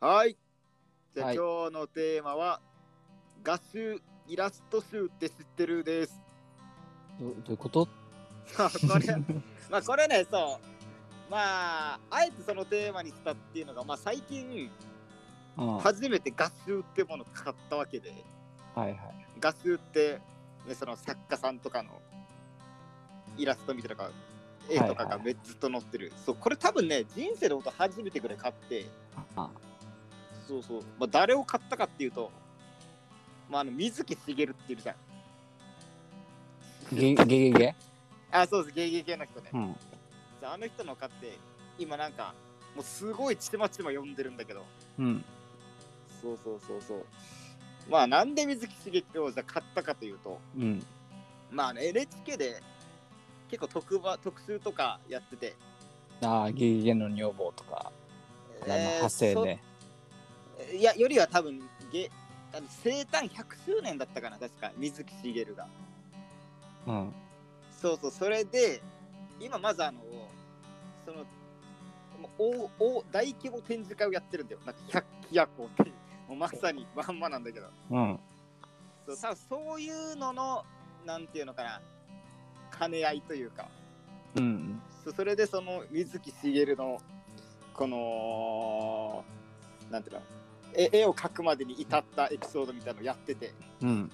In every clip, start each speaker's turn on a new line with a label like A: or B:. A: はい。じゃあ、
B: はい
A: 今日のテーマは、画集、イラスト集って知ってる です。
B: どどういうこと
A: さあ、これ、まあこれね、そう。まあ、あえてそのテーマにしたっていうのが、まあ最近、
B: ああ
A: 初めて画集ってものを買ったわけで、
B: はいはい。
A: 画集って、ね、その作家さんとかのイラストみたいなのが絵とか
B: はい
A: が
B: は
A: めっずっと載ってる。そう、これ多分ね、人生のこと初めてぐらい買って、
B: あ
A: そうそう。まあ、誰を買ったかっていうと、まあ、あの、水木しげるっていうじゃん。
B: ゲゲゲゲ
A: あ、そうです、ゲゲゲの人ね。
B: うん。
A: そうあの人の買って、今なんか、もうすごいちまちま読んでるんだけど、
B: うん。
A: そうそうそうそう。まあ、なんで水木しげるをじゃあ買ったかというと、
B: うん。
A: まあ、あの NHK で結構特番、特集とかやってて、
B: ああ、ゲゲゲの女房とか、あの
A: えー
B: 派生ね。
A: そいや、よりは多分、ゲあの生誕100周年だったかな、確か、水木しげるが。
B: うん。
A: そうそう、それで、今まずあの、その、もう大大大規模展示会をやってるんだよ。なんか百鬼夜行っていう、もうまさにまんまなんだけど。
B: うん。
A: そう多分そういうのの、なんていうのかな、兼ね合いというか、
B: うん。
A: そうそれでその水木しげるの、この、なんていうの、絵絵を描くまでに至ったエピソードみたいなのをやってて、
B: うん。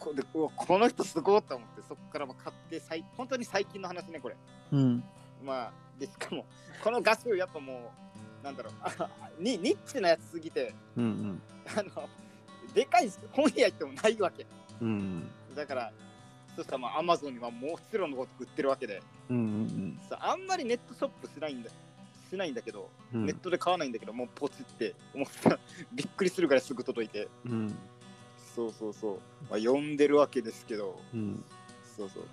A: おこでうわこの人すごいと思って、そこからも買って、最本当に最近の話ね、これ。
B: うん。
A: まあ、でしかも、このガスやっぱもう、なんだろう、 あにニッチなやつすぎて、
B: うん。
A: あの、でかい本屋行ってもないわけ。
B: うん。
A: だから、そしたらまあ、アマゾンにはもちろんのことく売ってるわけで、
B: うん。うん。
A: さあんまりネットショップしないんだ。しないんだけど、
B: うん。
A: ネットで買わないんだけど、もうポチって、もうさびっくりするぐらいすぐ届いて、
B: うん。
A: そうそうそう、まあ、読んでるわけですけど、
B: うん。
A: そうそう。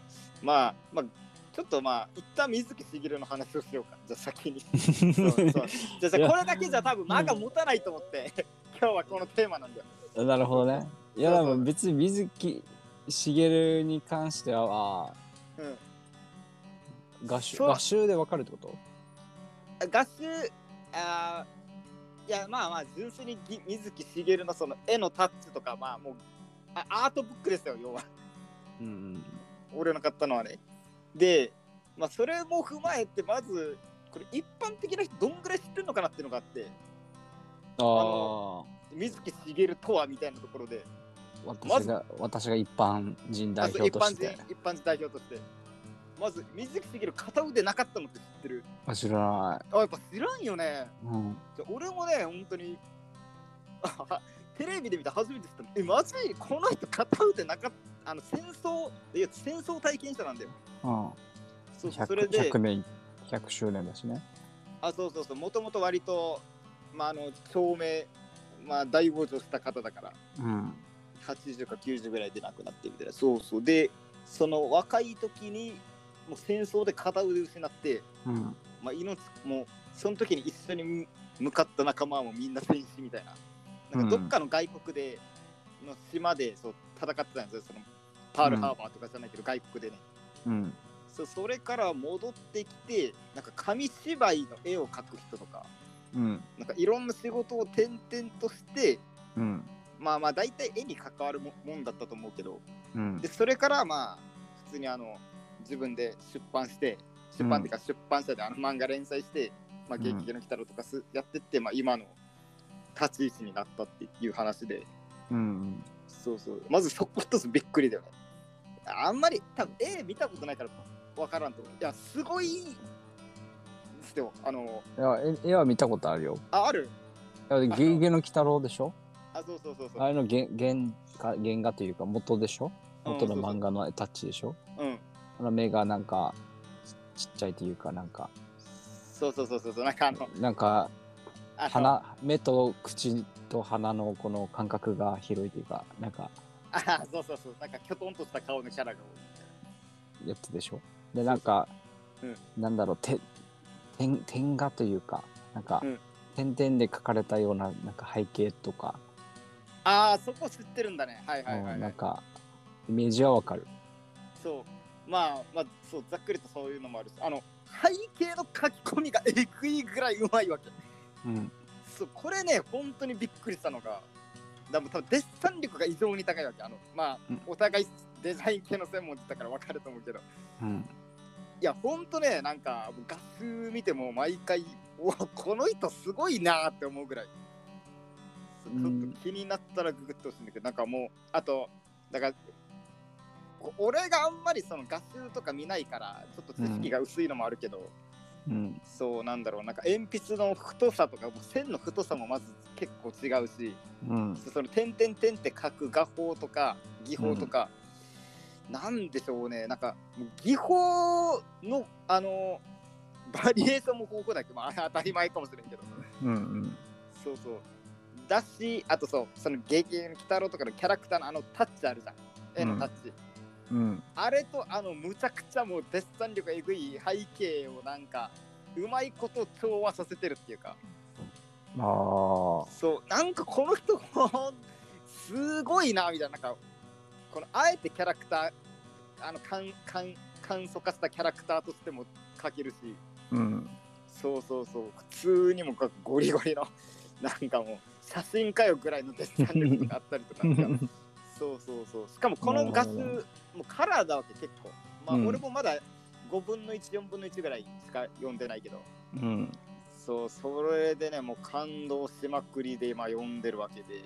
A: まあ、まあ、ちょっとまあ、一旦水木しげるの話をしようか。じゃあ先に。そうそうじゃあ
B: い
A: さ
B: や
A: これだけじゃ多分間が持たないと思って、今日はこのテーマなんだよ。
B: なるほどね。いや、でも別に水木しげるに関しては、
A: うん。
B: 合集、
A: そう
B: 合集でわかるってこと
A: ガス、あーいや、まあまあ、純粋にぎ水木しげるのその絵のタッチとか、まあもう、あアートブックですよ、要は。
B: うん。
A: 俺の買ったのはね。で、まあそれも踏まえて、まず、これ一般的な人どんぐらい知ってるのかなっていうのがあって、
B: ああ。
A: 水木しげるとはみたいなところで、ま
B: 私
A: ず
B: が、私が一般人代表として
A: あ。そう一般人一般人代表としてまず水木しげる片腕なかったのって知ってる
B: あ、知らな
A: あやっぱ知らんよね
B: い。うん。
A: じゃ俺もね本当に あはテレビで見た初めて知ったのえマジこの人片腕なかったあの戦争いや戦争体験者なんだよ
B: うん。
A: そうそうそれ
B: 100,
A: で
B: 100年100周年だしね
A: あそうそうそうもともと割とまああの照明まあ大往生した方だから
B: うん
A: 80か90ぐらいで亡くなってみたいなそうそうでその若い時にもう戦争で片腕失って
B: うん
A: まあ、命もうその時に一緒に向かった仲間はもうみんな戦死みたいななんかどっかの外国で、の島でそう戦ってたんですよそのパールハーバーとかじゃないけど、外国でね
B: うん
A: そうそれから戻ってきてなんか紙芝居の絵を描く人とか
B: うん
A: なんかいろんな仕事を転々として
B: うん
A: まあまあ大体絵に関わるももんだったと思うけど
B: うん
A: でそれからまあ普通にあの自分で出版して出版っていうか出版社であの漫画連載して「まあ、
B: うん
A: ゲゲゲの鬼太郎」とかすやってって、まあ、今の立ち位置になったっていう話で
B: うん
A: そうそうまずそこ一つびっくりだよねあんまり多分絵見たことないから分からんと思ういやすごいですよあの
B: いや絵絵は見たことあるよ
A: あある
B: いやでゲゲゲの鬼太郎でしょ
A: あそうそうそうそう
B: あれの原原画原画というか元でしょ元の漫画のタッチでしょ
A: うん
B: あの目がなんかちちっちゃいというかなんか
A: そうそうそうそうそうなんかあの
B: なんか
A: あの
B: 鼻目と口と鼻のこの感覚が広いというかなんか
A: あそうそうそうなんかきょとんとした顔のキャラが多い
B: やつでしょでなんか
A: そう
B: なんだろうて点点画というかなんか、
A: うん
B: 点々で描かれたようななんか背景とか、
A: ああそこ知ってるんだねはいはいはい、はい
B: うんなんかイメージはわかる
A: そうまあまあそうざっくりとそういうのもあるしあの背景の書き込みがえぐいぐらいうまいわけ
B: うん
A: そうこれね本当にびっくりしたのがだから多分デッサン力が異常に高いわけあのまあ、
B: うん
A: お互いデザイン系の専門だから分かると思うけど
B: うん
A: いやほんとねなんかもう画数見ても毎回 うわこの人すごいなーって思うぐらいちょ
B: う
A: ちょ
B: ん
A: っと気になったらググってほしいんだけどなんかもうあとだからこ俺があんまりその画数とか見ないからちょっと知識が薄いのもあるけど、
B: うん
A: そうなんだろうなんか鉛筆の太さとかもう線の太さもまず結構違うし
B: うん
A: その点々点って書く画法とか技法とか、なんでしょうねなんか技法のあのバリエーションも豊富だけど、まあ、当たり前かもしれんけど
B: うん
A: そうそうだしあとそうその「ゲゲゲの鬼太郎」とかのキャラクターのあのタッチあるじゃん絵のタッチ、
B: うん
A: あれとあのむちゃくちゃもうデッサン力えぐい背景をなんかうまいこと調和させてるっていうか
B: ああ
A: そうなんかこの人もすごいなみたいななんかこのあえてキャラクターあの簡簡簡素化したキャラクターとしても描けるし
B: うん
A: そうそうそう普通にもかゴリゴリのなんかもう写真かよぐらいのデッサン力があったりとかなんかそうそうそうしかもこのガス
B: なるほ
A: もうカラーだわけ結構まあ、
B: うん
A: 俺もまだ5分の14分の1ぐらいしか読んでないけど
B: うん
A: そうそれでねもう感動しまくりで今読んでるわけで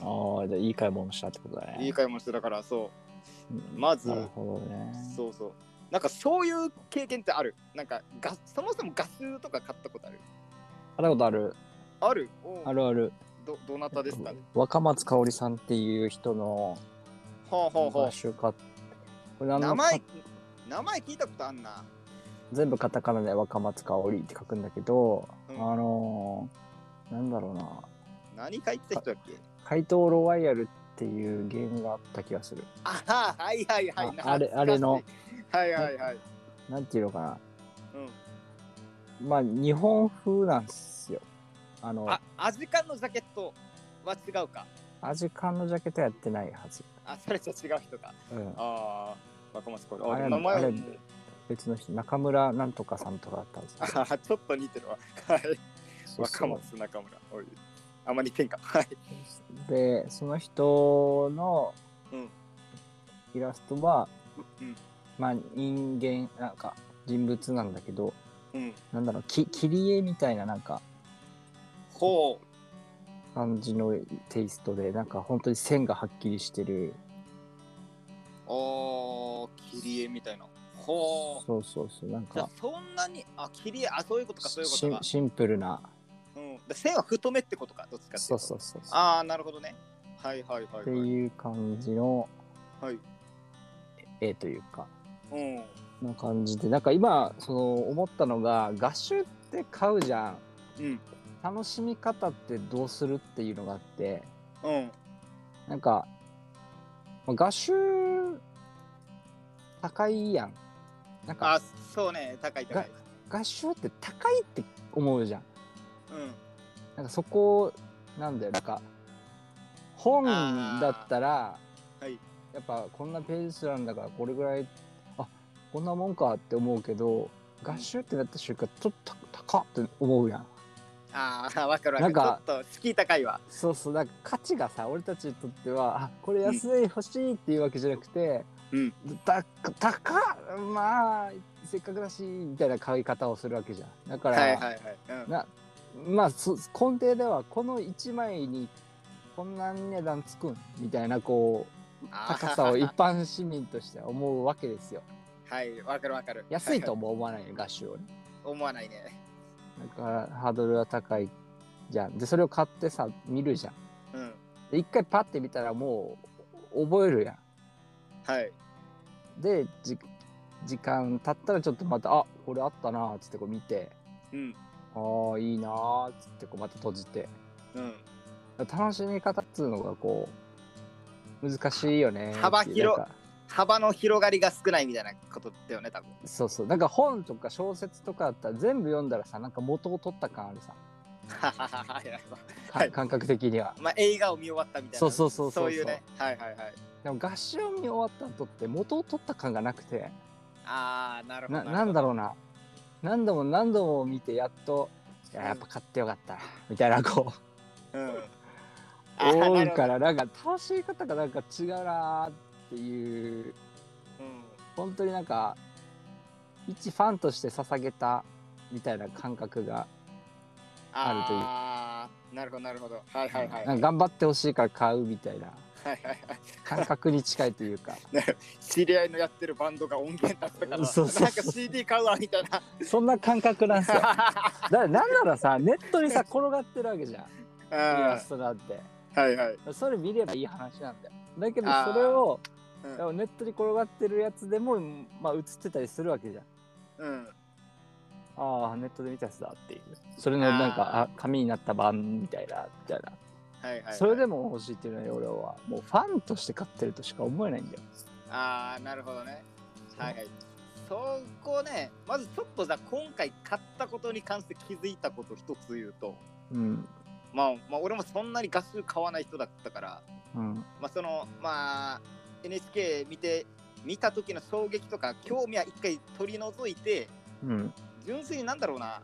B: ああじゃあいい買い物したってことだね
A: いい買い物してたからそ
B: うん
A: まず
B: なるほどね
A: う、そうそうなんかそういう経験ってあるなんかガそもそもガスとか買ったことある
B: あることある
A: あるおう
B: あるある
A: どどなたですかね
B: 若松香織さんっていう人の
A: ほうほうほう
B: 画集買ってこれあの
A: 名前名前聞いたことあんな
B: 全部カタカナで若松香織って書くんだけど、
A: うん
B: あのーなんだろうな
A: 何書いてた人だっけ
B: 怪盗ロワイヤルっていうゲームがあった気がする
A: あはははいはいはい
B: あ
A: 懐かしい
B: あれあれの
A: はいはいはい
B: なんていうのかな
A: うん
B: まあ日本風なんですよあの
A: あアジカンのジャケットは違うか
B: アジカンのジャケットやってないはず、
A: あそれじゃ違う人か
B: うん、
A: ああ若松これ
B: あれ
A: あ名前
B: あ
A: は
B: れ別の人中村なんとかさんとかだったんです
A: あ
B: よ
A: ははちょっと似てるわはい
B: そう そ
A: 若
B: う
A: 松中村おいあんま似てんかはい
B: でその人の
A: うん
B: イラストは、
A: うん
B: まあ人間なんか人物なんだけど
A: うん
B: なんだろうき切り絵みたいななんか
A: ほう
B: 感じのテイストでなんか本当に線がはっきりしてる
A: ああ切り絵みたいなほう
B: そうそうそうなん
A: じゃあ
B: か
A: そんなにあ切り絵あそういうことかそういうこ
B: シ
A: と
B: ン
A: か
B: シンプルな
A: うんで線は太めってことかどっちかってい
B: そう
A: うと
B: そうそうそう
A: ああなるほどねはいはいは
B: っ
A: い
B: て
A: はい
B: いう感じの
A: はい
B: 絵というか
A: うん
B: な感じでなんか今その思ったのが画集って買うじゃ
A: う
B: ん
A: ん
B: 楽しみ方ってどうするっていうのがあって
A: うん
B: なんか、まあ画集高いやん。なん
A: あ
B: か
A: そうね高い高い
B: 画集って高いって思うじゃん。
A: うん
B: なんかそこなんだよ。なんか本だったら、
A: ーはい
B: やっぱこんなページ数なんだからこれぐらいあこんなもんかって思うけど画集ってなった瞬間ちょっと高っって思うやん。
A: ああ分かる分か
B: な
A: る
B: んか
A: ちょっと敷居高いわ
B: そうそうなんか価値がさ俺たちにとってはあこれ安い、欲しいっていうわけじゃなくて、
A: うん
B: た高っまあせっかくだしみたいな買い方をするわけじゃんだから、
A: はいはいはいうん
B: なまあそ根底ではこの1枚にこんな値段つくんみたいなこう
A: あー
B: 高さを一般市民としては思うわけですよ
A: はい分かる分かる
B: 安いと
A: は
B: も思わないよ合衆をね
A: は思わないね
B: だからハードルは高いじゃんでそれを買ってさ見るじゃん
A: うん
B: で一回パッて見たらもう覚えるや
A: はい
B: ん。でじ時間経ったらちょっとまた「あこれあったな」っつってこう見て
A: うん
B: 「ああいいな」っつってこうまた閉じて
A: うん
B: 楽しみ方っつうのがこう難しいよねっていう
A: 幅広
B: なんか
A: 幅の広がりが少ないみたいなことだよね多分
B: そうそうなんか本とか小説とかだったら全部読んだらさなんか元を取った感あるさ
A: はははははい
B: か
A: はい
B: 感覚的には。
A: まあ映画を見終わったみたいな
B: そうそうそうそうそう
A: いうねはいはいはい
B: でも合唱見終わった後って元を取った感がなくて。
A: ああなるほど
B: ななんだろうな何度も何度も見てやっといややっぱ買ってよかったなみたいなこう
A: うん。あー
B: 多
A: ないるほど
B: からなんか楽しみ方がなんか違うなーっていう
A: うん
B: 本当になんか一ファンとして捧げたみたいな感覚が、あるという
A: あーなるほどなるほどはいはいはい
B: な
A: は
B: ん
A: い
B: か頑張ってほしいから買うみたいな
A: はいはい
B: 感覚に近い というか
A: 知り合いのやってるバンドが音源だったから
B: そうそうそう
A: なんか CD 買うわみたいな
B: そんな感覚なん ですよだからなんならさネットにさ転がってるわけじゃん
A: うん
B: イラ
A: は
B: ストなんて
A: いはい
B: それ見ればいい話なんだよだけど
A: あー
B: それを
A: うん
B: でもネットに転がってるやつでもまあ映ってたりするわけじゃん
A: うん
B: ああネットで見たやつだっていうそれのなんかあ
A: あ
B: 紙になった版みたいなみたいな
A: はいはい
B: それで
A: も
B: も欲しいっていうのに俺はもうファンとして買ってるとしか思えないんだよ。
A: ああなるほどねはいはいそこねまずちょっとじゃあ今回買ったことに関して気づいたこと一つ言うと
B: うん。
A: まあまあ俺もそんなに画数買わない人だったから
B: うん。
A: まあそのまあ NHK 見て見た時の衝撃とか興味は一回取り除いて
B: うん。
A: 純粋になんだろうな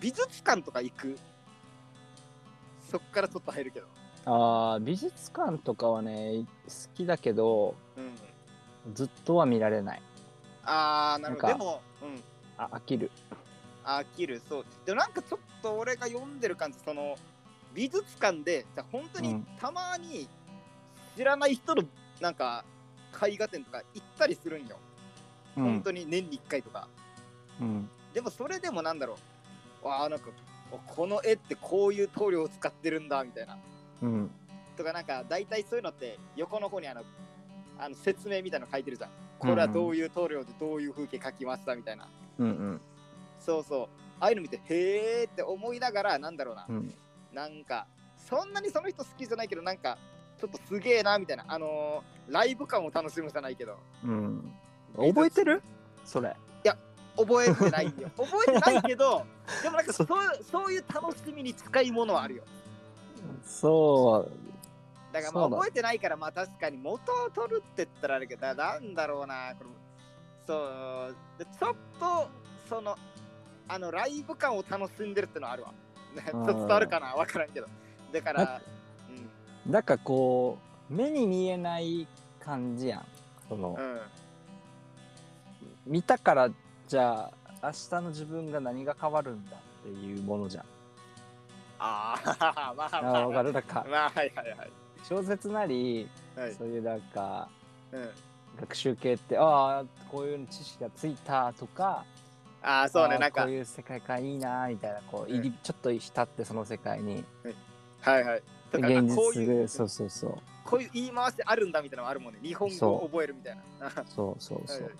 A: 美術館とか行くそっからちょっと入るけど
B: ああ、美術館とかはね、好きだけど、
A: うん
B: ずっとは見られない。
A: ああなるほど
B: な
A: で
B: んか
A: もうん
B: あ、飽きる。
A: 飽きるそうでもなんかちょっと俺が読んでる感じその美術館でじゃあ本当
B: う
A: に
B: ん
A: たまに知らない人のなんか絵画展とか行ったりするんよ、
B: う
A: 本
B: ん。
A: 当に年に1回とか
B: うん。
A: でもそれでもなんだろうわあなんかこの絵ってこういう塗料を使ってるんだみたいな
B: うん。
A: とかなんか大体そういうのって横の方にあのあの説明みたいなの書いてるじゃん。これはどういう塗料でどういう風景描きましたみたいな。
B: うん。
A: そうそう。ああいうの見てへーって思いながらなんだろうな
B: う。ん。
A: なんかそんなにその人好きじゃないけどなんかちょっとすげえなみたいな。あのーライブ感を楽しむじゃないけど。
B: うん。覚えてるそれ。
A: 覚えてないよ。 覚えてないけど、でもなんかそうそういう楽しみに近いものはあるよ。
B: そ
A: だからま
B: そ
A: あ
B: うだ
A: 覚えてないからまあ確かに元を取るって言ったらあれだけどだなんだろうなこれそうでちょっとそのあのライブ感を楽しんでるってのはあるわちょっと伝わるかな分からんけどだからう
B: う。なんかこう、目に見えない感じやん。その、
A: んうん
B: 見たから、じゃあ、明日の自分が何が変わるんだっていうものじゃん。
A: ああ まあ
B: あ
A: まあ
B: あ、わかる。だから、
A: まあはいはいはい
B: 小説なり、
A: はい
B: そういうなんか
A: うん
B: 学習系ってああこういう知識がついたとか
A: ああそう
B: あ
A: ね
B: ー
A: なんか
B: こういう世界観いいなみたいなこう入り、
A: う
B: ちょっと浸ってその世界に
A: はいはいだから
B: 現
A: こう
B: 実
A: い
B: で
A: う
B: そうそうそう
A: こういう言い回しあるんだみたいなのもあるもんね日本語を覚えるみたいな
B: そうそうそう、
A: はい
B: っ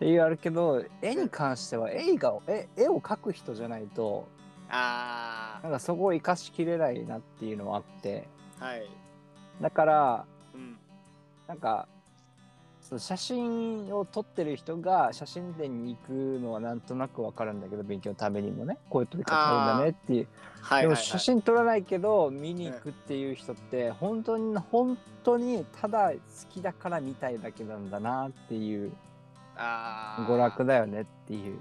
B: ていうあるけど絵に関しては映画を絵絵を描く人じゃないと
A: あ
B: なんかそこを生かしきれないなっていうのはあって
A: あはい
B: だから
A: うん
B: なんかその写真を撮ってる人が写真展に行くのはなんとなくわかるんだけど勉強のためにもねこういう撮り方あるんだねっていう
A: はいはい、はい、
B: でも写真撮らないけど見に行くっていう人って本当に本当にただ好きだから見たいだけなんだなっていう
A: あー
B: 娯楽だよねっていう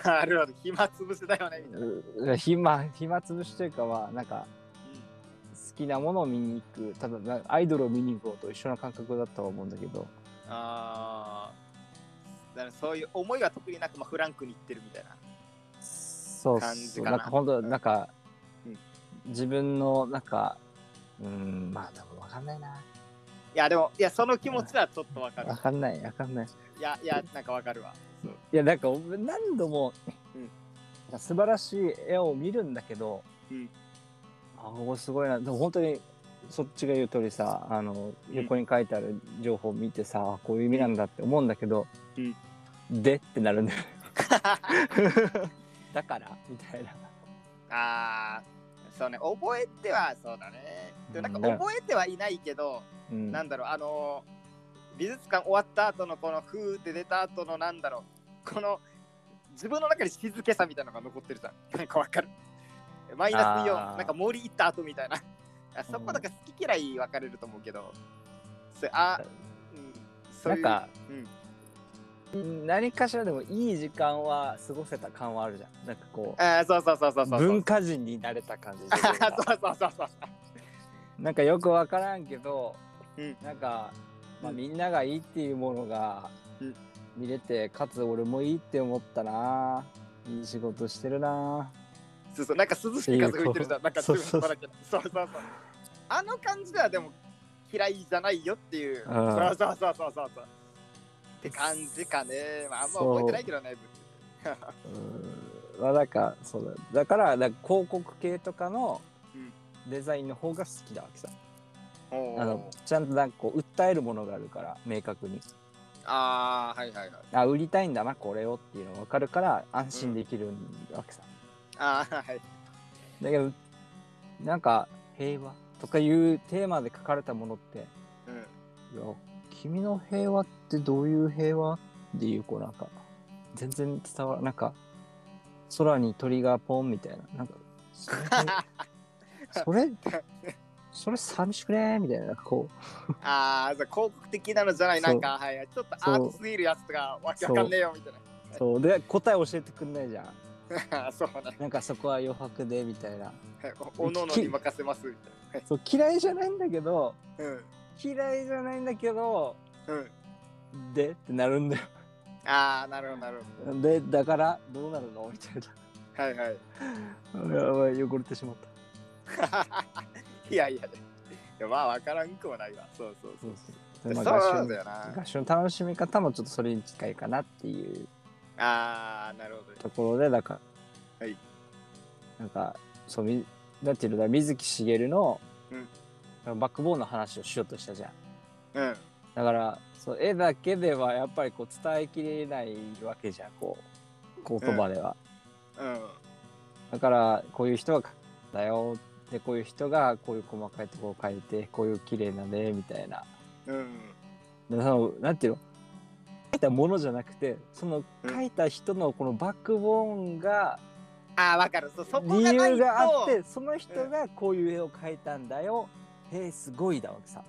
A: なるほど、暇つぶしだよね、みたいな。
B: う暇暇つぶしというかはなんか好きなものを見に行くただなアイドルを見に行こうと一緒の感覚だとは思うんだけど
A: ああ。だからそういう思いは特になく、まあ、フランクに行ってるみたいな。
B: そう
A: 感
B: そ
A: じ
B: う
A: か
B: な
A: なん
B: か本当
A: うん
B: なんか、
A: うん
B: 自分のなんかうんまあ多分わかんないない
A: や、でも、いや、その気持ちはちょっとわかる
B: わ。かんないわかんない
A: いや、いや、なんかわかるわ。
B: いやなんか俺何度も、
A: うん
B: 素晴らしい絵を見るんだけど、
A: うん
B: あここすごいなでも本当にそっちが言う通りさあの横に書いてある情報を見てさ、あこういう意味なんだって思うんだけど、
A: うん
B: でってな るんだよだからみたいな
A: ああ。そうね、覚えてはそうだね。でもなんか
B: うん
A: 覚えてはいないけど、
B: うん
A: なんだろう、あのー美術館終わった後のこのふーって出た後のなんだろう、この自分の中に静けさみたいなのが残ってるじゃん。なんかわかる。 マイナスイオン、
B: あー
A: なんか森行った後みたいな。あそこだから好き嫌い分かれると思うけど、そあ、うん、そう
B: ないん
A: う
B: か
A: うん
B: 何かしらでもいい時間は過ごせた感はあるじゃんなんかこ
A: あーそうそうそうそう
B: う
A: そうそう
B: 文化人になれた感じ
A: あー そうそうそうそう
B: なんかよく分からんけど、
A: うん
B: なんか、まあ、
A: うん
B: みんながいいっていうものが
A: うん
B: 見れて、かつ俺もいいって思ったないい仕事してるな
A: そうそうなんか涼しい風吹いてるじゃんなんか
B: そう
A: 自
B: そう
A: 分のだけどそうそうそうあの感じではでも嫌いじゃないよっていう
B: うん
A: そうそうそうそうそうそうって感じかね、まあ、あんま覚えてないけどね
B: まあなんかそうだだからなんか広告系とかの
A: うん
B: デザインの方が好きだわけさ、
A: おー
B: あのちゃんとなんかこう訴えるものがあるから明確に
A: あーはいはいはい
B: あ売りたいんだなこれをっていうのが分かるから安心できるわけさ、
A: あーはい
B: だけどなんか平和とかいうテーマで書かれたものって
A: うん
B: いや君の平和ってどういう平和っていうこうなんか全然伝わらなんか空に鳥がポンみたいななんかそれそれ それ寂しくねみたいななんかこ
A: ああ、そう広告的なのじゃない、なんか、はい、ちょっとアートすぎるやつとか、わけわかんねえよみたいう
B: そうで答え教えてくんないじゃん
A: な。 そうね。
B: なんかそこは余白でみたいな
A: おのおのに任せますみたい
B: そう嫌いじゃないんだけど
A: な。
B: 嫌いじゃないんだけど
A: うん。うん。
B: でってなるんだよ
A: ああ、なるほど、なる
B: でだからどうなるのみたい
A: ほど。はいはい。
B: なやばい汚れてしまった
A: いやいや、いやまあ、わからんくもないわ。そうそう
B: そ
A: そうう。
B: そう
A: そう
B: まあ
A: なんだ
B: 合唱
A: よな。
B: 合唱の楽しみ方もちょっとそれに近いかなっていう
A: ああ、なるほど。
B: ところでだから、
A: はい、
B: なんかそうみだっていうのだ水木しげるの、
A: うん
B: バックボーンの話をしようとしたじゃん
A: うん。
B: だからそう絵だけではやっぱりこう伝えきれないわけじゃんこう言葉では、
A: うん。
B: だからこういう人はかだよでこういう人がこういう細かいところを描いてこういう綺麗なねみたいな
A: うん。
B: でそのなんていうの書いたものじゃなくてその
A: うん
B: 書いた人のこのバックボーンが
A: ああ、わかる。そうそこ
B: 理
A: がない
B: 由
A: と。
B: があっ
A: あ
B: てその人がこういう絵を描いたんだよ、へえすごいだわけさ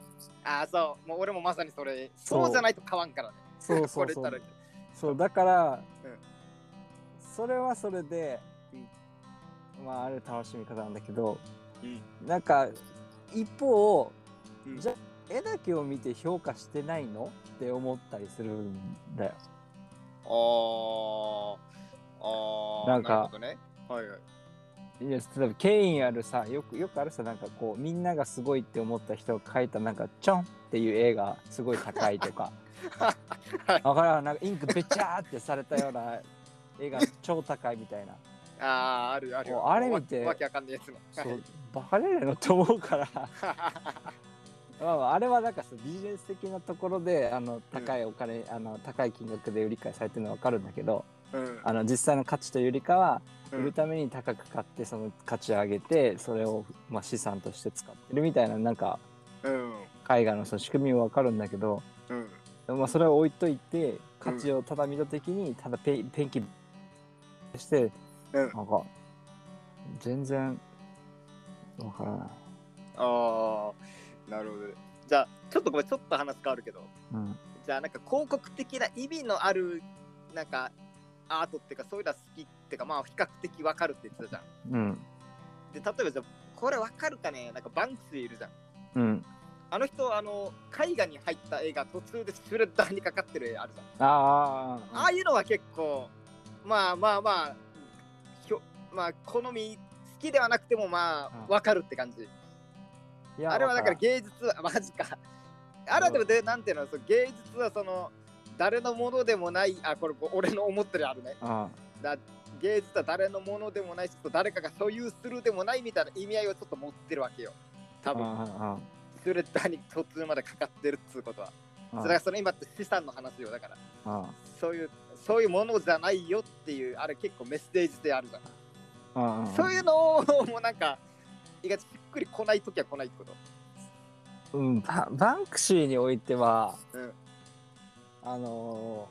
A: あー、そう。もう俺もまさにそれ。
B: そう
A: そうじゃないと変わんからね。
B: そうそう そ
A: これたら
B: うそうだから、
A: うん
B: それはそれで、まあある楽しみ方なんだけどなんか一方
A: うん
B: じゃ絵だけを見て評価してないのって思ったりするんだよ
A: ああ、
B: なんか
A: なるほどね、はいはい。
B: いや例えば権威あるさよくよくあるさなんかこうみんながすごいって思った人が描いたなんか「チョン」っていう絵がすごい高いとか
A: はい
B: わからんなんかインクべちゃーってされたような絵が超高いみたいな
A: ああ、あるある。
B: おあれ見て
A: わわけわかんないやつの。
B: そうバカれるのって思うからまあまああれはなんかさビジネス的なところであの高いお金、あの高い金額で売り買いされてるのはわかるんだけど
A: うん
B: あの実際の価値というよりかは
A: う
B: 売る
A: ん
B: ために高く買ってその価値を上げてそれをまあ資産として使ってるみたいななんか
A: うん
B: 絵画のその仕組みはわかるんだけど、
A: うん
B: まあ、それを置いといて価値をただ見た時にただペンペンキして
A: うん
B: なんか全然わからない、
A: ああ、なるほどね。じゃあ、ちょっとごめん、ちょっと話変わるけど、
B: うん、
A: じゃあ、なんか広告的な意味のある、なんか、アートっていうか、そういうのは好きっていうか、まあ、比較的わかるって言ってたじゃん。
B: うん
A: で、例えばじゃあ、これわかるかねなんか、バンクスいるじゃん。
B: うん
A: あの人、あの、絵画に入った映画、途中でシュレッダーにかかってる絵あるじゃん。
B: あ
A: ああいうのは結構まあまあまあひょまあ好み好きではなくてもま
B: うん
A: あわかるって感じ、
B: いや
A: あれはだから
B: わ
A: 芸術はマジか あれはでもでなんていうのその芸術はその誰のものでもないあこれこう俺の思ってるあるね
B: らんうん
A: だ芸術は誰のものでもないしそう誰かが所有するでもないみたいな意味合いをちょっと持ってるわけよ多
B: う
A: 分
B: んうんうん
A: スレッダーに途中までかかってるっつうことは、
B: うん
A: それがその今って資産の話よだから
B: うん
A: そういうそういうものじゃないよっていうあれ結構メッセージであるじゃん
B: うんうん
A: そういうのをもうなんか意外としっくり来ない時は来ないってこと
B: うん、ババンクシーにおいては、
A: うん
B: あの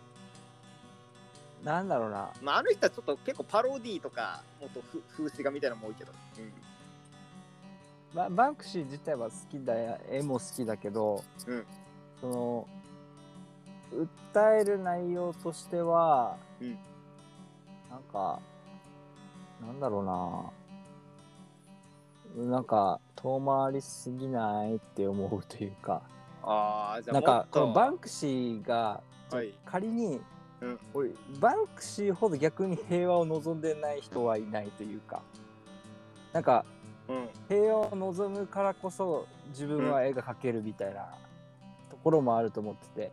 B: ーなんだろうな
A: まああの人はちょっと結構パロディーとかもっとふ風刺画みたいなのも多いけど、
B: ババンクシー自体は好きだよ絵も好きだけど、
A: うん
B: その訴える内容としては、
A: うん
B: なんかなんだろうななんか遠回りしすぎないって思うというか
A: ああ、じゃあ
B: なんかこのバ
A: ン
B: ンクシーが
A: はい。
B: 仮に、
A: うん
B: 俺バンクシーほど逆に平和を望んでない人はいないというかなんか
A: うん。
B: 平和を望むからこそ自分は絵が描けるみたいなところもあると思ってて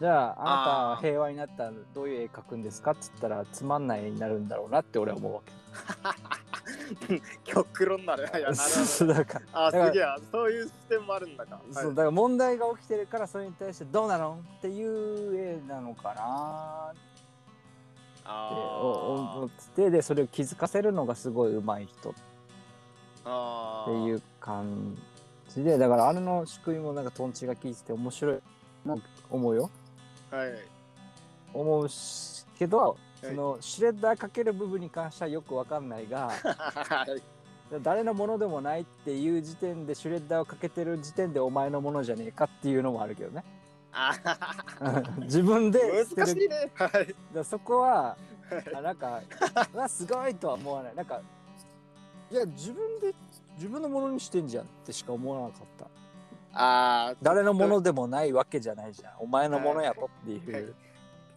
B: じゃああなたは
A: あー
B: 平和になったらどういう絵描くんですかって言ったらつまんない絵になるんだろうなって俺は思うわけ
A: 極論なる。い や、なるほ
B: そう
A: ど。
B: だから
A: あ
B: だから
A: ー、すげえ。そういう視点もあるんだか。はい
B: そうだから問題が起きてるからそれに対してどうなのっていう絵なのかなって思
A: あ
B: っててでそれを気づかせるのがすごい上手い人っ
A: あ。あ。
B: ていうう感じでだからあれの仕組みもなんかトンチが効いてて面白いな思うよ。
A: はい。
B: 思うしけど
A: い
B: そのシュレッダーかける部分に関してはよくわかんないが
A: はい。
B: 誰のものでもないっていう時点でシュレッダーをかけてる時点でお前のものじゃねえかっていうのもあるけどね
A: あ
B: 自分で
A: ー難
B: 捨
A: して
B: る
A: いね。はい。
B: だからそこはあなんかうわすごいとは思わないなんかいや自分で自分のものにしてんじゃんってしか思わなかった
A: ああ。
B: 誰のものでもないわけじゃないじゃんお前のものやろってい
A: はいう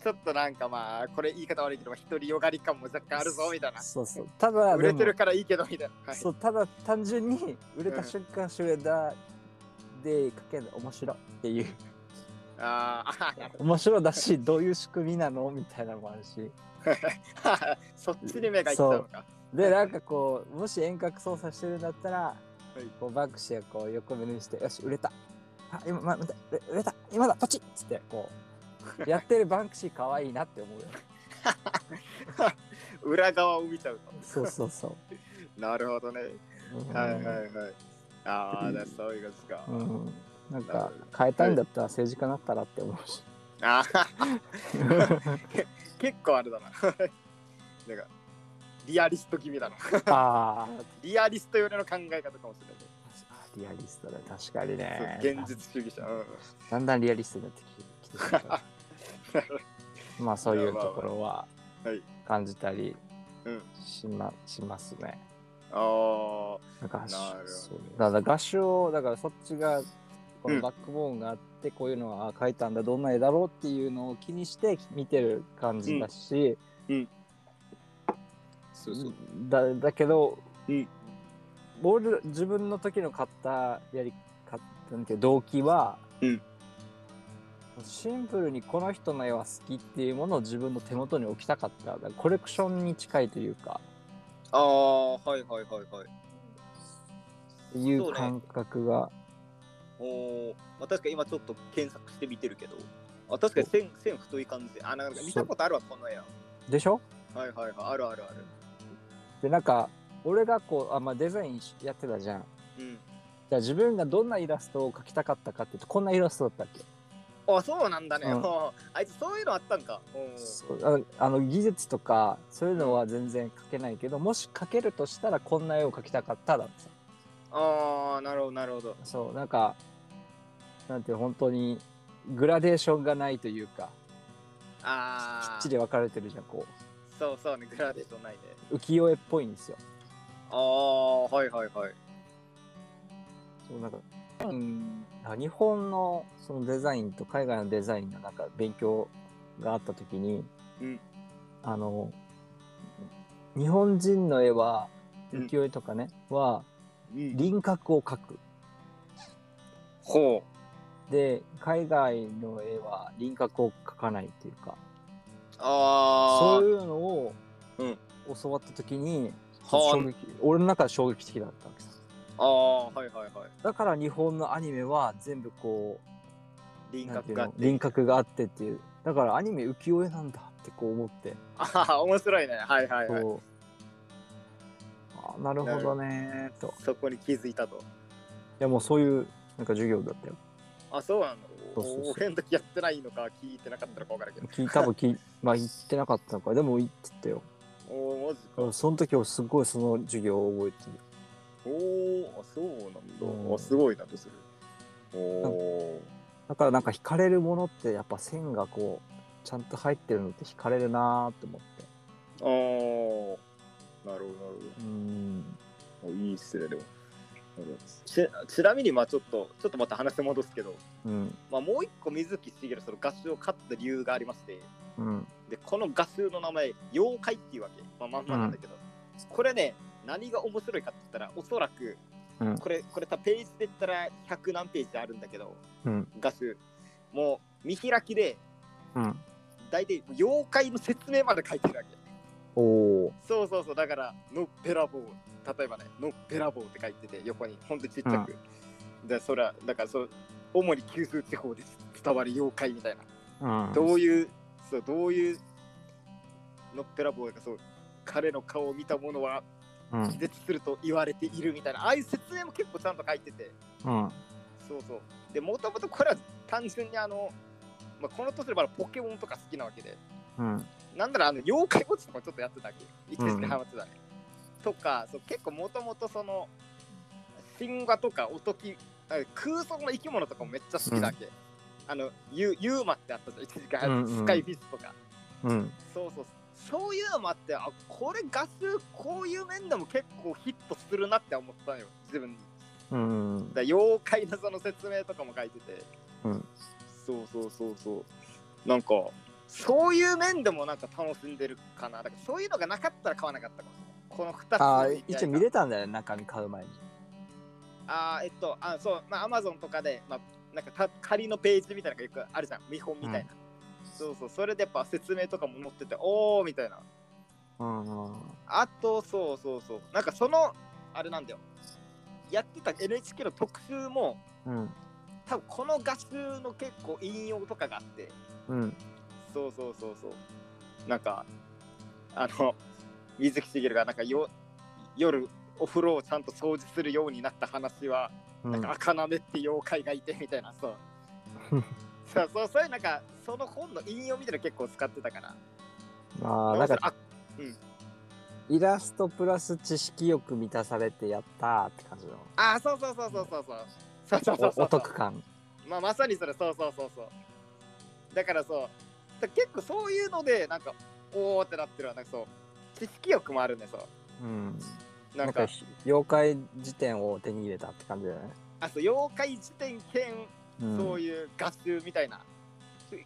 A: ちょっとなんかまあ、これ言い方悪いけど、独りよがり感も若干あるぞみたいな。
B: そうそうただ
A: 売
B: で
A: れ
B: も
A: てるからいいけどみたいな。はい。
B: そうただ単純に売れた瞬間シュレッダーでかける面白いっていう
A: あーあー。なる
B: 面白だしどういう仕組みなのみたいなのもあるし
A: ほど そっちに目がいったのか。
B: でなんかこうもし遠隔操作してるんだったら、
A: い
B: こうバンクシーがこう横目にしてよし売れたあ今ま待って売れた今だポチッつってこうやってるバンクシー可愛いなって思うよ
A: 裏側を見ちゃうと。
B: そうそうそう
A: なるほどね。
B: うん
A: はいはいはい。ああ、だからそういうことか。
B: うんなんか変えたいんだったら政治家になったらって思うし
A: ああ、結構あれだな。 なんか、リアリスト気味だな。
B: あ ー
A: リアリスト寄りの考え方かもしれ
B: あリアリストだ確かに
A: な
B: ね
A: い。そう現実主義者。うん
B: だんだんリアリストになってきてるから まあそういうところは
A: はい。
B: 感じたり
A: うん
B: し,、ましますね。
A: あ
B: なんか合唱
A: なるほど
B: そうだから合唱をだからそっちがこ
A: う
B: の
A: ん
B: バックボーンがあって、こういうのはあ書いたんだどんな絵だろうっていうのを気にして見てる感じだし、
A: あ、そうそう。
B: だだけど、
A: うん
B: ボール自分の時の買ったやり方なんていう動機は、
A: うん
B: シンプルにこの人の絵は好きっていうものを自分の手元に置きたかっただからコレクションに近いというか
A: ああ、はいはいはいはい。
B: い
A: そううね
B: 感覚が
A: おお、まあ、確かに今ちょっと検索してみてるけど、あ確かに線線太い感じで、あなんか見たことあるわこの絵は。
B: でしょ
A: はいはいはい、あるあるある。
B: でなんか俺がこうあ、まあ、デザインやってたじゃん
A: うん。
B: じゃあ自分がどんなイラストを描きたかったかっていうとこんなイラストだったっけ
A: あそうなんだね。
B: うん
A: もう あいつそういうのあったんか。うん
B: そうああの技術とかそういうのは全然描けないけどもし描けるとしたらこんな絵を描きたかっただってさ
A: ああ、なるほどなるほど。
B: そうなんかなんていうの本当にグラデーションがないというかき
A: ああ
B: っち、り分かれてるじゃんこ
A: そうそうね、グラデーションないね。
B: う浮世絵っぽいんですよ
A: ああ、はいはいはい。
B: そうなんか、うん、日本のそのデザインと海外のデザインのなんか勉強があった時に、
A: うん
B: あの日本人の絵は
A: うん
B: 浮世絵とかね、は
A: うん
B: 輪郭を描く
A: ほう。
B: で海外の絵は輪郭を描かないっていうか
A: ああ、
B: そういうのを
A: うん
B: 教わった時に、
A: はあ
B: 衝撃俺の中で衝撃的だったわけさ
A: ああ、はいはいはい。
B: だから日本のアニメは全部こう
A: 輪
B: なんて
A: 郭
B: いう
A: があ
B: の
A: って。
B: 輪郭があってっていうだからアニメ浮世絵なんだってこう思って、
A: ああ、面白いね。はいはいはい。
B: そうあなるほどねーと
A: そこに気づいたと。
B: いやもうそういうなんか授業だったよ
A: あ、そうなんだ。
B: そうそうそう
A: おお、変時やってないのか、聞いてなかったのか分からんけど。
B: 聞い多分聞いまあ言ってなかったのかでも言ってたよ
A: おお、マジか。
B: その時はすごいその授業を覚えてる
A: おお、あそうなんだ。
B: うん
A: あすごいなとする。おお、
B: だからなんか惹かれるものってやっぱ線がこうちゃんと入ってるのって惹かれるなーと思って
A: ああーなるほどなる
B: うん
A: ほどいいっすねでもちちなみにまあちょっとちょっとまた話戻すけど、
B: うん
A: まあ、もう一個水木しげるその合唱を勝った理由がありまして
B: うん
A: でこの画集の名前妖怪っていうわけ、まあ、まんまなんだけど、これね何が面白いかって言ったらおそらく
B: うん
A: これこれたページで言ったら100何ページあるんだけど
B: うん
A: 画集もう見開きで
B: うん
A: 大体妖怪の説明まで書いてるわけ
B: おお
A: そうそうそうだからのっぺらぼう例えばねのっぺらぼうって書いてて横にほんとちっちゃく、でそれはだからそう主に九州地方で伝わる妖怪みたいな
B: うん
A: どういう、そう、どういう、のっぺらぼうが、そう、彼の顔を見た者は
B: うん
A: 気絶すると言われているみたいな、ああいう説明も結構ちゃんと書いてて、
B: うん
A: そうそう。で、もともとこれは単純にあの、まあ、この年でまだポケモンとか好きなわけで、
B: うん
A: なんならあの、妖怪ウォッチとかちょっとやってたわけよ。一
B: うん
A: 年でハマってたね。とか、そう結構もともとその、神話とかおとき、あ空想の生き物とかもめっちゃ好きなわけ。あのユ、ユーマってあったじゃん、一時間、
B: うんうん
A: スカイフィッシュとか。
B: うん
A: そうそうそういうのもあってあこれガスこういう面でも結構ヒットするなって思ったのよ自分に
B: う
A: だ
B: ん
A: から妖怪のその説明とかも書いてて、
B: うん
A: そうそうそうそうなんかそういう面でもなんか楽しんでるかなだからそういうのがなかったら買わなかったかもしれないこの2
B: あ
A: つの意味合いが
B: 一応見れたんだよね中身買う前に
A: あーえっとあそうまあアマゾンとかでまあなんかた仮のページみたいなのがよくあるじゃん見本みたいな、そうそうそれでやっぱ説明とかも載ってておおみたいな
B: うんうん
A: あと、そうそうそう。なんかその、あれなんだよ。やってた NHK の特集も、
B: うん
A: 多分この画集の結構引用とかがあって、
B: うん
A: そうそうそうそう。なんか、あの、水木しげるがなんかよ夜、お風呂をちゃんと掃除するようになった話は、
B: うん
A: なんか、赤なめって妖怪がいてみたいな、 そう。そうそう、そういうなんか、その本の引用みたいなの結構使ってたから。
B: まあなんか
A: あ
B: イラストプラス知識欲満たされてやったーって感じの
A: あ、そうそうそうそうそうそう。そうそうそうそうそう
B: おお得感
A: まあまさにそれそうそうそうそうだからそうだ結構そういうのでなんかおおってなってるわなんかそう知識欲もあるねそう
B: うん
A: な
B: なんん
A: か
B: か妖怪辞典を手に入れたって感じだよね
A: あそう妖怪辞典兼、
B: うん
A: そういう合集みたいな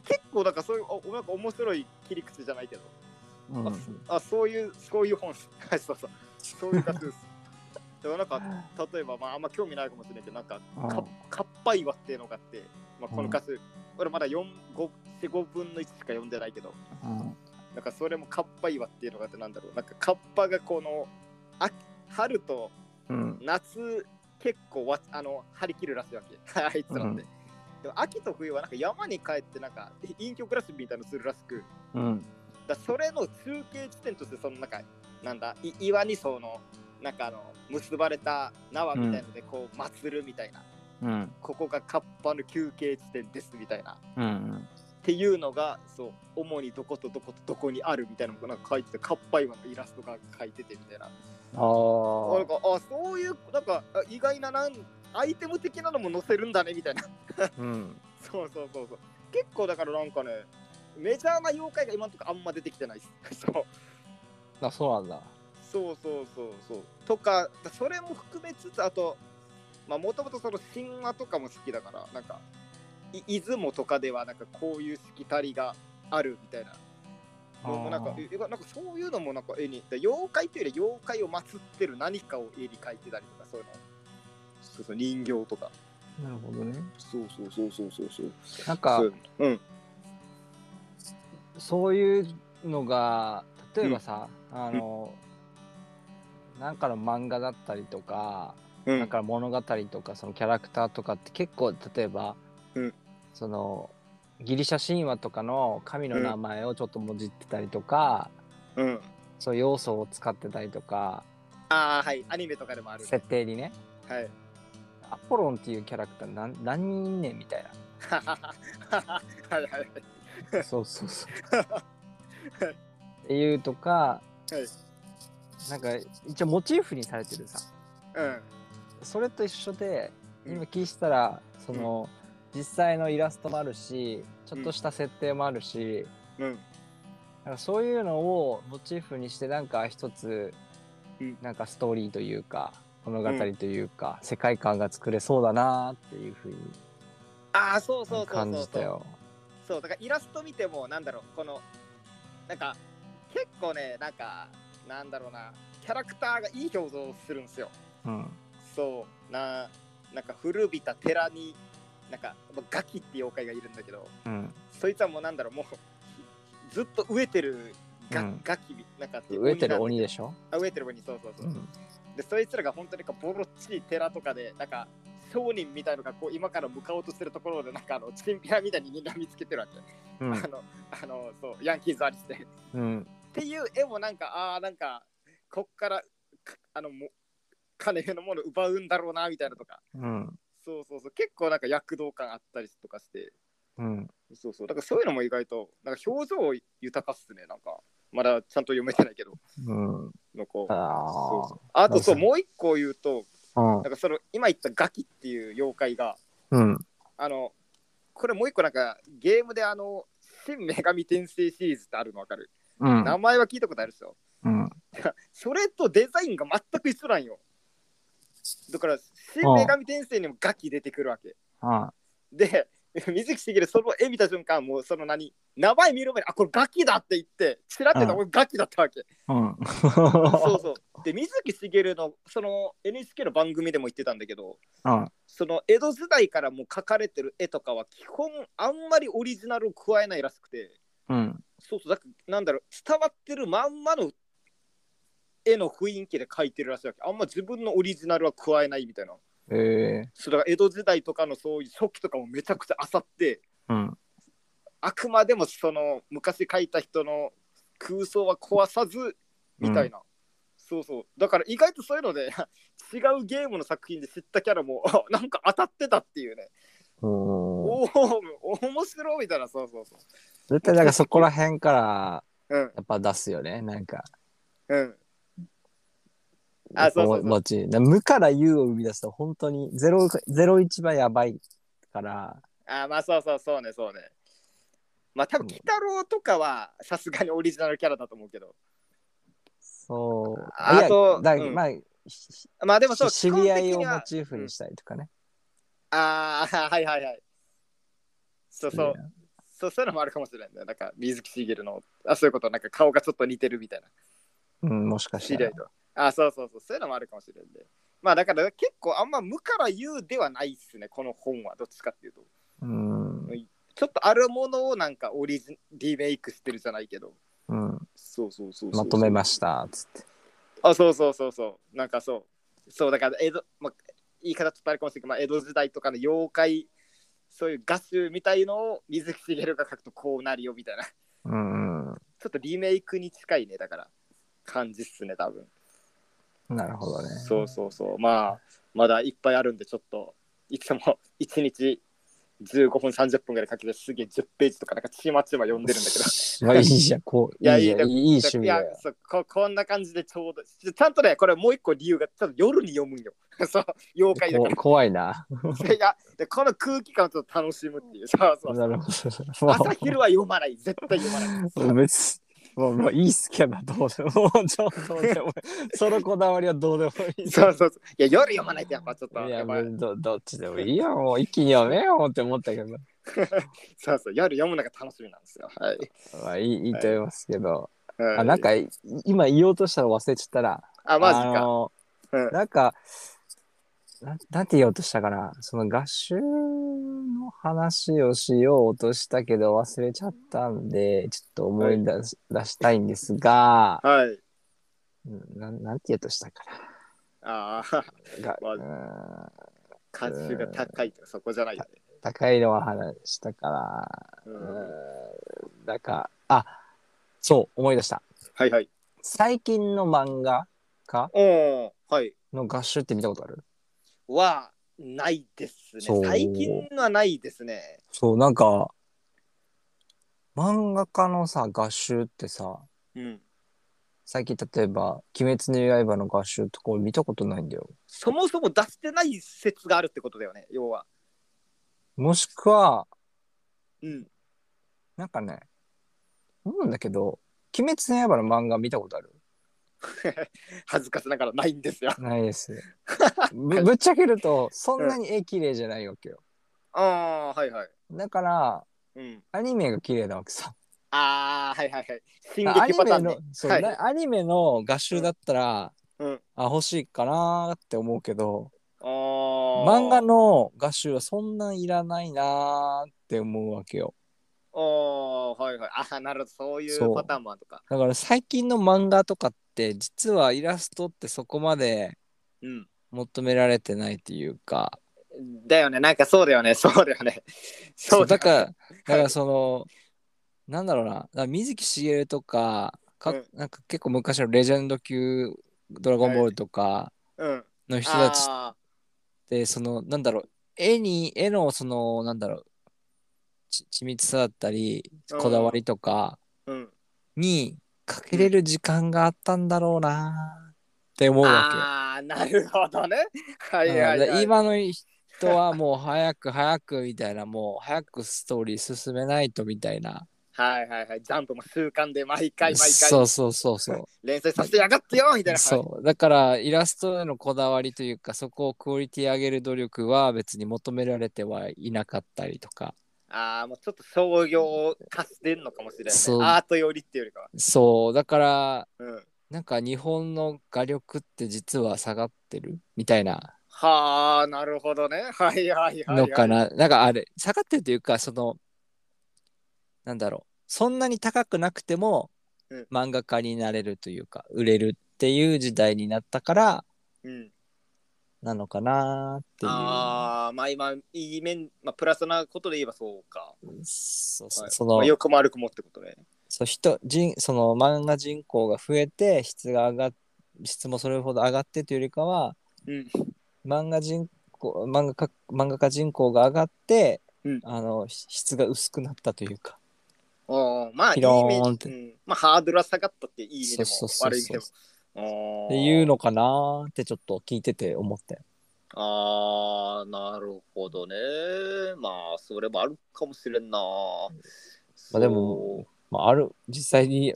A: 結構なんかそういうおなんか面白い切り口じゃないけど、
B: うん
A: あそあそういうそういう本はいそうそうそういう合 集ですでもなんか例えばまああんま興味ないかもしれないけどなんか
B: うん
A: かかっぱ岩っていうのがあって、まあ、この合集、俺まだ4 5 4 5分の1しか読んでないけど
B: うん
A: なんかそれもカッパ岩っていうのがあってなんだろうなんかカッパがこの秋春と
B: うん
A: 夏結構わあの張り切るらしいわけ あいつらって、
B: うん
A: でも秋と冬はなんか山に帰ってなんか陰極らしみたいなのするらしく
B: うん
A: だそれの中継地点としてそのなんかなんだい岩二層のなんかあの結ばれた縄みたいのでこう祭るみたいな、
B: うん
A: ここがカッパの休憩地点ですみたいな
B: うん
A: っていうのがそう主にどことどことどこにあるみたいなのがなんか書いててかっぱ今のイラストが書いててみたいな
B: あ
A: あなん
B: ー
A: かあそういうなんかあ意外ななんアイテム的なのも載せるんだねみたいな
B: うん
A: そうそうそうそう結構だからなんかねメジャーな妖怪が今のところあんま出てきてないっす そう
B: あそうなんだ
A: そうそうそうそうとかそれも含めつつあとまあもともとその神話とかも好きだからなんかい出雲とかではなんかこういうしきたりがあるみたいな
B: あ
A: もう
B: ー
A: なんかえなんかそういうのもなんか絵にだ妖怪というより妖怪を祀ってる何かを絵に描いてたりとかそういうのそうそう人形とか
B: なるほどね
A: そうそうそうそうそうそう
B: なんか
A: そううん
B: そういうのが例えばさ、あの、なんかの漫画だったりとか、
A: うん
B: なんかの物語とかそのキャラクターとかって結構例えば、
A: うん
B: そのギリシャ神話とかの神の名前をちょっともじってたりとか、
A: うん
B: そういう要素を使ってたりとか
A: ああはいアニメとかでもある
B: 設定にね
A: はい
B: アポロンっていうキャラクターなん何人いんねんみたい
A: はいはいはい
B: なそうそうそう。っていうとか
A: はい
B: なんか一応モチーフにされてるさ
A: うん
B: それと一緒で
A: うん
B: 今聞いてたらその、実際のイラストもあるしちょっとした設定もあるし、
A: うん。
B: なんかそういうのをモチーフにしてなんか一つ、
A: うん
B: なんかストーリーというか物語というか、世界観が作れそうだなっていうふうに
A: ああ、そうそうそうそうそう。
B: 感じたよ。
A: そうだからイラスト見てもなんだろうこのなんか結構ねなんかなんだろうなキャラクターがいい表情をするんですよ
B: うん
A: そうななんか古びた寺になんかガキって妖怪がいるんだけど
B: うん
A: そいつはもうなんだろうもうずっと飢えてるガ,、
B: うん
A: ガキなんか
B: 飢えてる鬼で
A: し
B: しょ、
A: ょ飢えてる鬼そうそうそう、
B: うん
A: でそいつらが本当になんかボロっちい寺とかでなんか商人みたいのがこう今から向かおうとしてるところでなんかあのチンピラみたいにみんな見つけてるわけ
B: うん
A: あの、あの、そう、ヤンキーズありして。っ
B: うん
A: ていう絵もなんか、ああ、なんか、こっから、かあの、も金のもの奪うんだろうな、みたいなとか。
B: うん
A: そうそうそう。結構なんか躍動感あったりとかして。
B: うん
A: そうそう。だからそういうのも意外と、なんか表情豊かっすね、なんか。まだちゃんと読めてないけど。
B: うん
A: のこうそう
B: あ
A: そうあとそう、
B: なんか
A: もう一個言うと、
B: あ
A: なんかその、今言ったガキっていう妖怪が、
B: うんうん
A: あの、これもう一個なんか、ゲームであの、新女神転生シリーズってあるのわかる、
B: うん
A: 名前は聞いたことあるでしょ
B: うん
A: それとデザインが全く一緒なんよ。だから、新女神転生にもガキ出てくるわけ。
B: あ
A: で、水木しげるその絵見た瞬間、もうその何、名前見る前に、あ、これガキだって言って、ちらってた
B: うん
A: 俺ガキだったわけ。
B: うん
A: そうそう。で、水木しげるの、その NHK の番組でも言ってたんだけど、
B: うん
A: その江戸時代からもう描かれてる絵とかは、基本あんまりオリジナルを加えないらしくて、
B: うん
A: そうそう、だからなんだろう、伝わってるまんまの絵の雰囲気で描いてるらしいわけ。あんま自分のオリジナルは加えないみたいな。
B: ええ
A: そうだから江戸時代とかのそういう初期とかもめちゃくちゃあさって、
B: うん
A: あくまでもその昔描いた人の空想は壊さずみたいな。そうそう。だから意外とそういうので、 違うゲームの作品で知ったキャラも、 あなんか当たってたっていうね。
B: おー
A: おお、面白いみたいな、そうそうそう。
B: 絶対なんかそこら辺から
A: うん、
B: やっぱ出すよねなんか
A: うん。あそうそうそう
B: もちだ無から有を生み出すと本当にゼロゼロ一番やばいから
A: あーまあそうそうそうねそうね。まあ多分
B: うん
A: 鬼太郎とかはさすがにオリジナルキャラだと思うけど。
B: そう
A: あ
B: いや
A: と
B: だ、
A: うん
B: まあ
A: まあでもそう
B: し知り合い
A: 基本
B: を
A: 的には
B: モチーフにしたりとかね、
A: ああはいはいはい。そうそう
B: いや
A: そうそういうのもあるかもしれないね。なんか水木しげるのあそういうことなんか顔がちょっと似てるみたいな
B: うん、もしかし
A: 知
B: た
A: り合
B: ら
A: いと。あーそうそうそうそういうのもあるかもしれないんで。まあだから結構あんま無から言うではないっすねこの本はどっちかっていうと。
B: うん
A: ちょっとあるものをなんかオリジリメイクしてるじゃないけど。
B: うん、
A: そうそうそうそう
B: まとめましたつって
A: あそうそうそうそうなんかそうそうだから江戸、まあ、言い方ちょっとあれかもしれないけど、まあ、江戸時代とかの妖怪そういうガスみたいのを水木しげるが書くとこうなるよみたいなち
B: うん、う
A: ょっとリメイクに近いねだから感じっすね多分
B: ん、なるほどね
A: そうそうそうまあまだいっぱいあるんでちょっといつも 1日15分30分ぐらいかけてすげえ10ページとかなんかちまちま読んでるんだけど
B: まあいいじゃんこうい
A: いや
B: いじゃん
A: いい
B: いい趣味
A: いや
B: だよ
A: そうここんな感じでちょうどちちゃんとねこれもう一個理由がちょっと夜に読むんよ そう妖怪だから
B: こ怖いな
A: いやでこの空気感をちょっと楽しむっていうそうそう
B: なるほど
A: 朝昼は読まない絶対読まないそう
B: 別もうもういいっすけどどうでももうちょどうでもいいそのこだわりはどうでもいい
A: そうそういや夜読まないとやっぱちょっと
B: いや
A: やっぱ
B: もうどどっちでもいいよもう一気に読めよって思ったけど、
A: そうそう夜読むのが楽しみなんですよはい、
B: まあ、いいいいと言いますけど、
A: はい
B: あなんかい今言おうとしたの忘れちゃったら
A: あマジ
B: あ
A: か
B: の
A: うん
B: なんかななんて言おうとしたかなその合衆の話をしようとしたけど忘れちゃったんでちょっと思い出し,、出したいんですが
A: はい
B: うんなんなんて言おうとしたか
A: あ あ
B: なが、
A: まあ
B: うん
A: 価値が高いとかそこじゃないよね、
B: 高いのは話したから、
A: う、
B: うん
A: は
B: ーん、なんか、あ、そう、思い出した。
A: いはい
B: 最近の漫画家
A: おおはい
B: の合集って見たことある
A: はないですね
B: そう
A: 最近はないですね
B: そう、なんか、漫画家のさ、合集ってさ、
A: うん
B: 最近例えば、鬼滅の刃の合集とか俺見たことないんだよ。
A: そもそも出してない説があるってことだよね要は
B: もしくは、
A: うん。
B: なんかね、思うんだけど、鬼滅の刃の漫画見たことある
A: 恥ずかしながらないんですよ。
B: な いです。ぶぶっちゃけると、そんなに絵綺麗じゃないわけよ。
A: ああー、はいはい。
B: だから、
A: うん。
B: アニメが綺麗なわけさ。
A: ああ、はいはいはい。進
B: ア
A: 撃
B: ニ
A: パター
B: メ
A: ン
B: の
A: ね。、
B: そう、
A: はい
B: なアニメの画集だったら、
A: うん。
B: あ、欲しいかなーって思うけど、
A: あー
B: 漫画の画集はそんないらないなーって思うわけよ。
A: あーはいはい。ああ、なるほど。そうい
B: そう
A: うパターンもあるとか。
B: だから最近の漫画とかって、実はイラストってそこまで
A: うん。
B: 求められてないっていうか、
A: だよね。なんかそうだよね。 そうだよね。
B: そ
A: そう
B: だから、だからその、なんだろうな、だから水木しげるとか、か
A: うん
B: なんか結構昔のレジェンド級ドラゴンボールとか
A: ら、うん。
B: の人たちっ
A: あ
B: て、その、なんだろう、絵に、絵のその、なんだろう、ち緻密さだったり、
A: うん
B: こだわりとか
A: ーうん。
B: にかけれる時間があったんだろうなって思うわ
A: ああ、なるほどね。 は
B: け
A: い
B: よ。
A: はい、はい
B: うんだから今の人はもう早く早くみたいな、もう早くストーリー進めないとみたいな。
A: はいはいはい。ジャンプも習慣で毎回毎
B: そ
A: 回
B: うそうそうそ
A: 連載させてやがってよみたいうな。
B: そうだからイラストへのこだわりというかそこをクオリティ上げる努力は別に求められてはいなかったりとか
A: ああ、もうちょっと商業化してんのかもしれない、ね
B: そう。
A: アートよりっていうよりかは。
B: そうだから
A: うん。
B: なんか日本の画力って実は下がってるみたいな
A: はあ、なるほどね。 はいはいはい、はい。
B: のかな、なんかあれ下がってるというかそのなんだろうそんなに高くなくても
A: うん
B: 漫画家になれるというか売れるっていう時代になったから
A: うん。
B: なのかなっていう。
A: ああ、まあ今、いい面、まあ、プラスなことで言えばそうか。
B: そうそう
A: はい
B: そ
A: ま
B: の
A: あ、よくも悪くもってことね。
B: そう人人その漫画人口が増えて質が上がっ質もそれほど上がってというよりかは
A: うん。
B: 漫画人口漫画か漫画家人口が上がって、
A: うん
B: あのし質が薄くなったというか
A: おーまあ、い
B: ピ
A: い
B: ローン
A: 面、
B: って
A: うん。まあ、ハードルは下がったっていい意味でも
B: そうそうそうそう
A: 悪い意味でも。お
B: っ
A: ー
B: ていうのかなーってちょっと聞いてて思ったよ
A: ああ、なるほどね。まあ、それもあるかもしれんな。
B: まあでも、まあ、ある実際に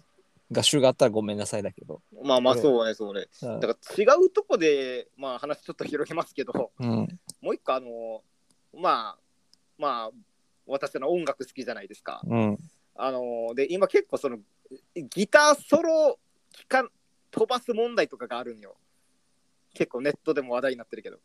B: 画集があったらごめんなさいだけど、
A: そう、まあまあ、
B: うん
A: そうね、そうね。
B: うん
A: だから違うとこで、まあ話ちょっと広げますけど、
B: うん、
A: もう一個、あの、まあ、まあ、私の音楽好きじゃないですか。
B: うん、
A: あの、で、今結構その、ギターソロ聞かん飛ばす問題とかがあるんよ。結構ネットでも話題になってるけど。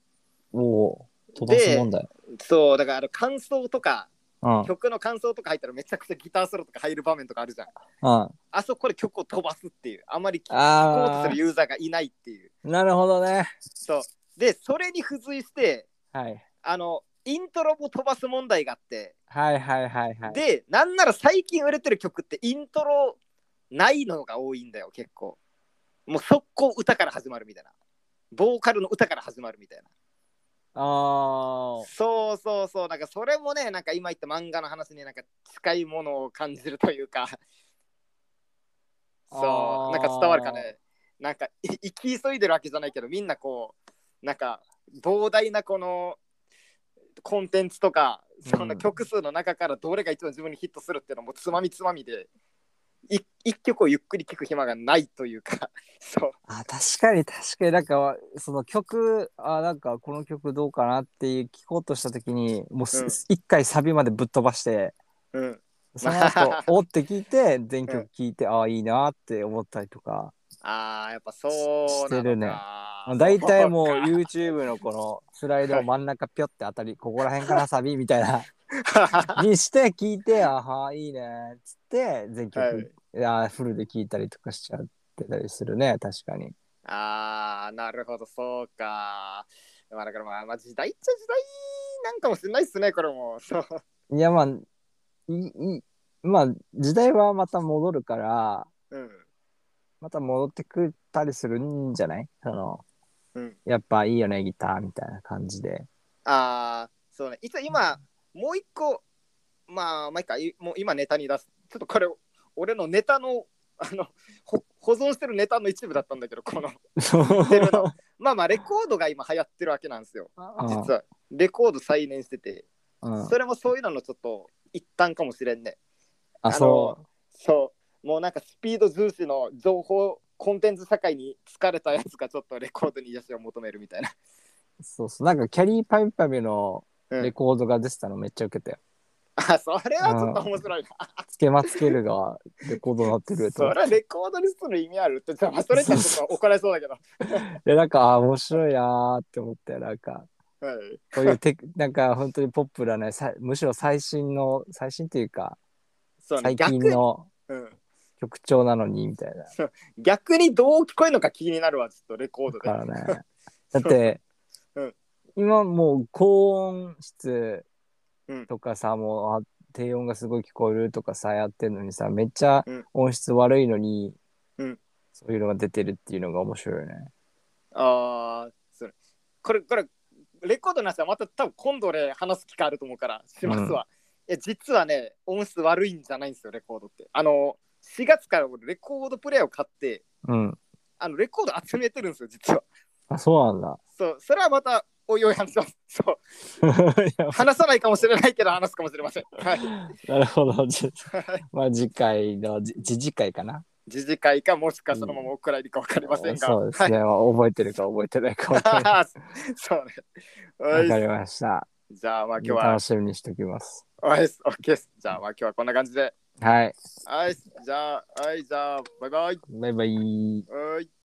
B: おお飛ばす問題、
A: そう、だからあの感想とか、
B: うんうん、
A: 曲の感想とか入ったらめちゃくちゃギターソロとか入る場面とかあるじゃん。
B: あ
A: あそこで曲を飛ばすっていう、あまり聞こうと
B: あ
A: するユーザーがいないっていう。
B: ーなるほどね
A: そう。で、それに付随して、
B: はい
A: あの、イントロも飛ばす問題があって、
B: はいはいはいはい
A: で、なんなら最近売れてる曲ってイントロないのが多いんだよ、結構。もう速攻歌から始まるみたいな。ボーカルの歌から始まるみたいな。
B: ああ
A: そうそうそう、なんかそれもね、なんか今言った漫画の話になんか近いものを感じるというか、
B: あ
A: そ
B: ー
A: う、なんか伝わるかね、なんかい生き急いでるわけじゃないけど、みんなこう、なんか膨大なこのコンテンツとか、その
B: うん
A: 曲数の中からどれが一番自分にヒットするっていうのもつまみつまみで、い一曲をゆっくり聴く暇がないというか、 そう。
B: あ確かに確かになんかその曲あなんかこの曲どうかなっていう聞こうとした時にもうす
A: うん
B: 一、回サビまでぶっ飛ばして
A: うん、
B: その後 おって聞いて全曲聞いて、ああいいなって思ったりとか
A: ああ、やっぱそうなのか
B: してるね大体もう
A: そうか
B: YouTube のこのスライドを真ん中ぴょって当たりここら辺からサビみたい なにして聞いてあはいいいねっつって全曲、
A: はい
B: い、やフルで聞いたりとかしちゃってたりするね確かに。
A: ああ、なるほど、そうか。まあ、だからまあ、まあ、時代っちゃ時代なんかもしれないっすね、これも。 そう。
B: いやまあ、いいまあ時代はまた戻るから、
A: うん。
B: また戻ってくったりするんじゃないその、
A: うん、
B: やっぱいいよね、ギターみたいな感じで。
A: ああ、そうね。一応今、もう一個、まあ、まあ、いいか、いもう今ネタに出す。ちょっとこれ、俺のネタの、 あの、ほ保存してるネタの一部だったんだけど、この、 てるのまあまあ、レコードが今流行ってるわけなんですよ、
B: あ
A: 実は。レコード再燃してて。
B: うん
A: それもそういうののちょっと一端かもしれんね。
B: あそ
A: そう、もうなんかスピード重視の情報、コンテンツ社会に疲れたやつがちょっとレコードに癒しを求めるみたいな。
B: うそうそうなんかキャリーパミュパミュの
A: うん
B: レコードが出てたのめっちゃウケたよ、
A: あ、それはちょっと面白いな。
B: つけまつけるがレコードになってると
A: そ
B: 思って
A: れはレコードにする意味あるって、じゃあまあそれじゃちょっと怒られそうだけど。
B: でなんかあー面白いなーって思ったよなんか
A: はい
B: こういうテクなんか本当にポップなねさむしろ最新の最新っていうか
A: そうね
B: 最近の
A: 逆,、うん、
B: 曲調なのにみたいな
A: 逆にどう聞こえるのか気になるわ、ちょっとレコードで。
B: だ からねだって、
A: うん
B: 今もう高音質
A: うん
B: とかさ、もうあ低音がすごい聞こえるとかさやってるのにさめっちゃ
A: うん
B: 音質悪いのに、
A: うん
B: そういうのが出てるっていうのが面白いよね。
A: ああ、それ。これ、これ、レコードの話はまた多分今度で話す機会あると思うから、しますわ。いや、実はね、音質悪いんじゃないんですよ、レコードって。あの、4月から俺レコードプレイヤーを買って、
B: うん。
A: あの、レコード集めてるんですよ、実は。
B: あそう なん
A: そう、それはまた、おいおい話します。そう、
B: だ。いや
A: 話さないかもしれないけど、話すかもしれません。はい。
B: なるほど。 ちょっとまあ次回のじ次次回かな。
A: 自治会か、もしかそのままお蔵入りか分かりませんが。
B: そうですね。覚えてるか覚えてないかわかんない
A: はい。そうね。 お
B: わ
A: い
B: か
A: っ
B: りました。
A: すじゃあ、まあ今日は
B: 楽、しみにしておきます。
A: おいっす、オッケーっす。じゃあ、まあ今日はこんな感じで。
B: はい。
A: はい、じゃあ、はい、じゃあ、バイバイ。
B: バイバイ。
A: はい。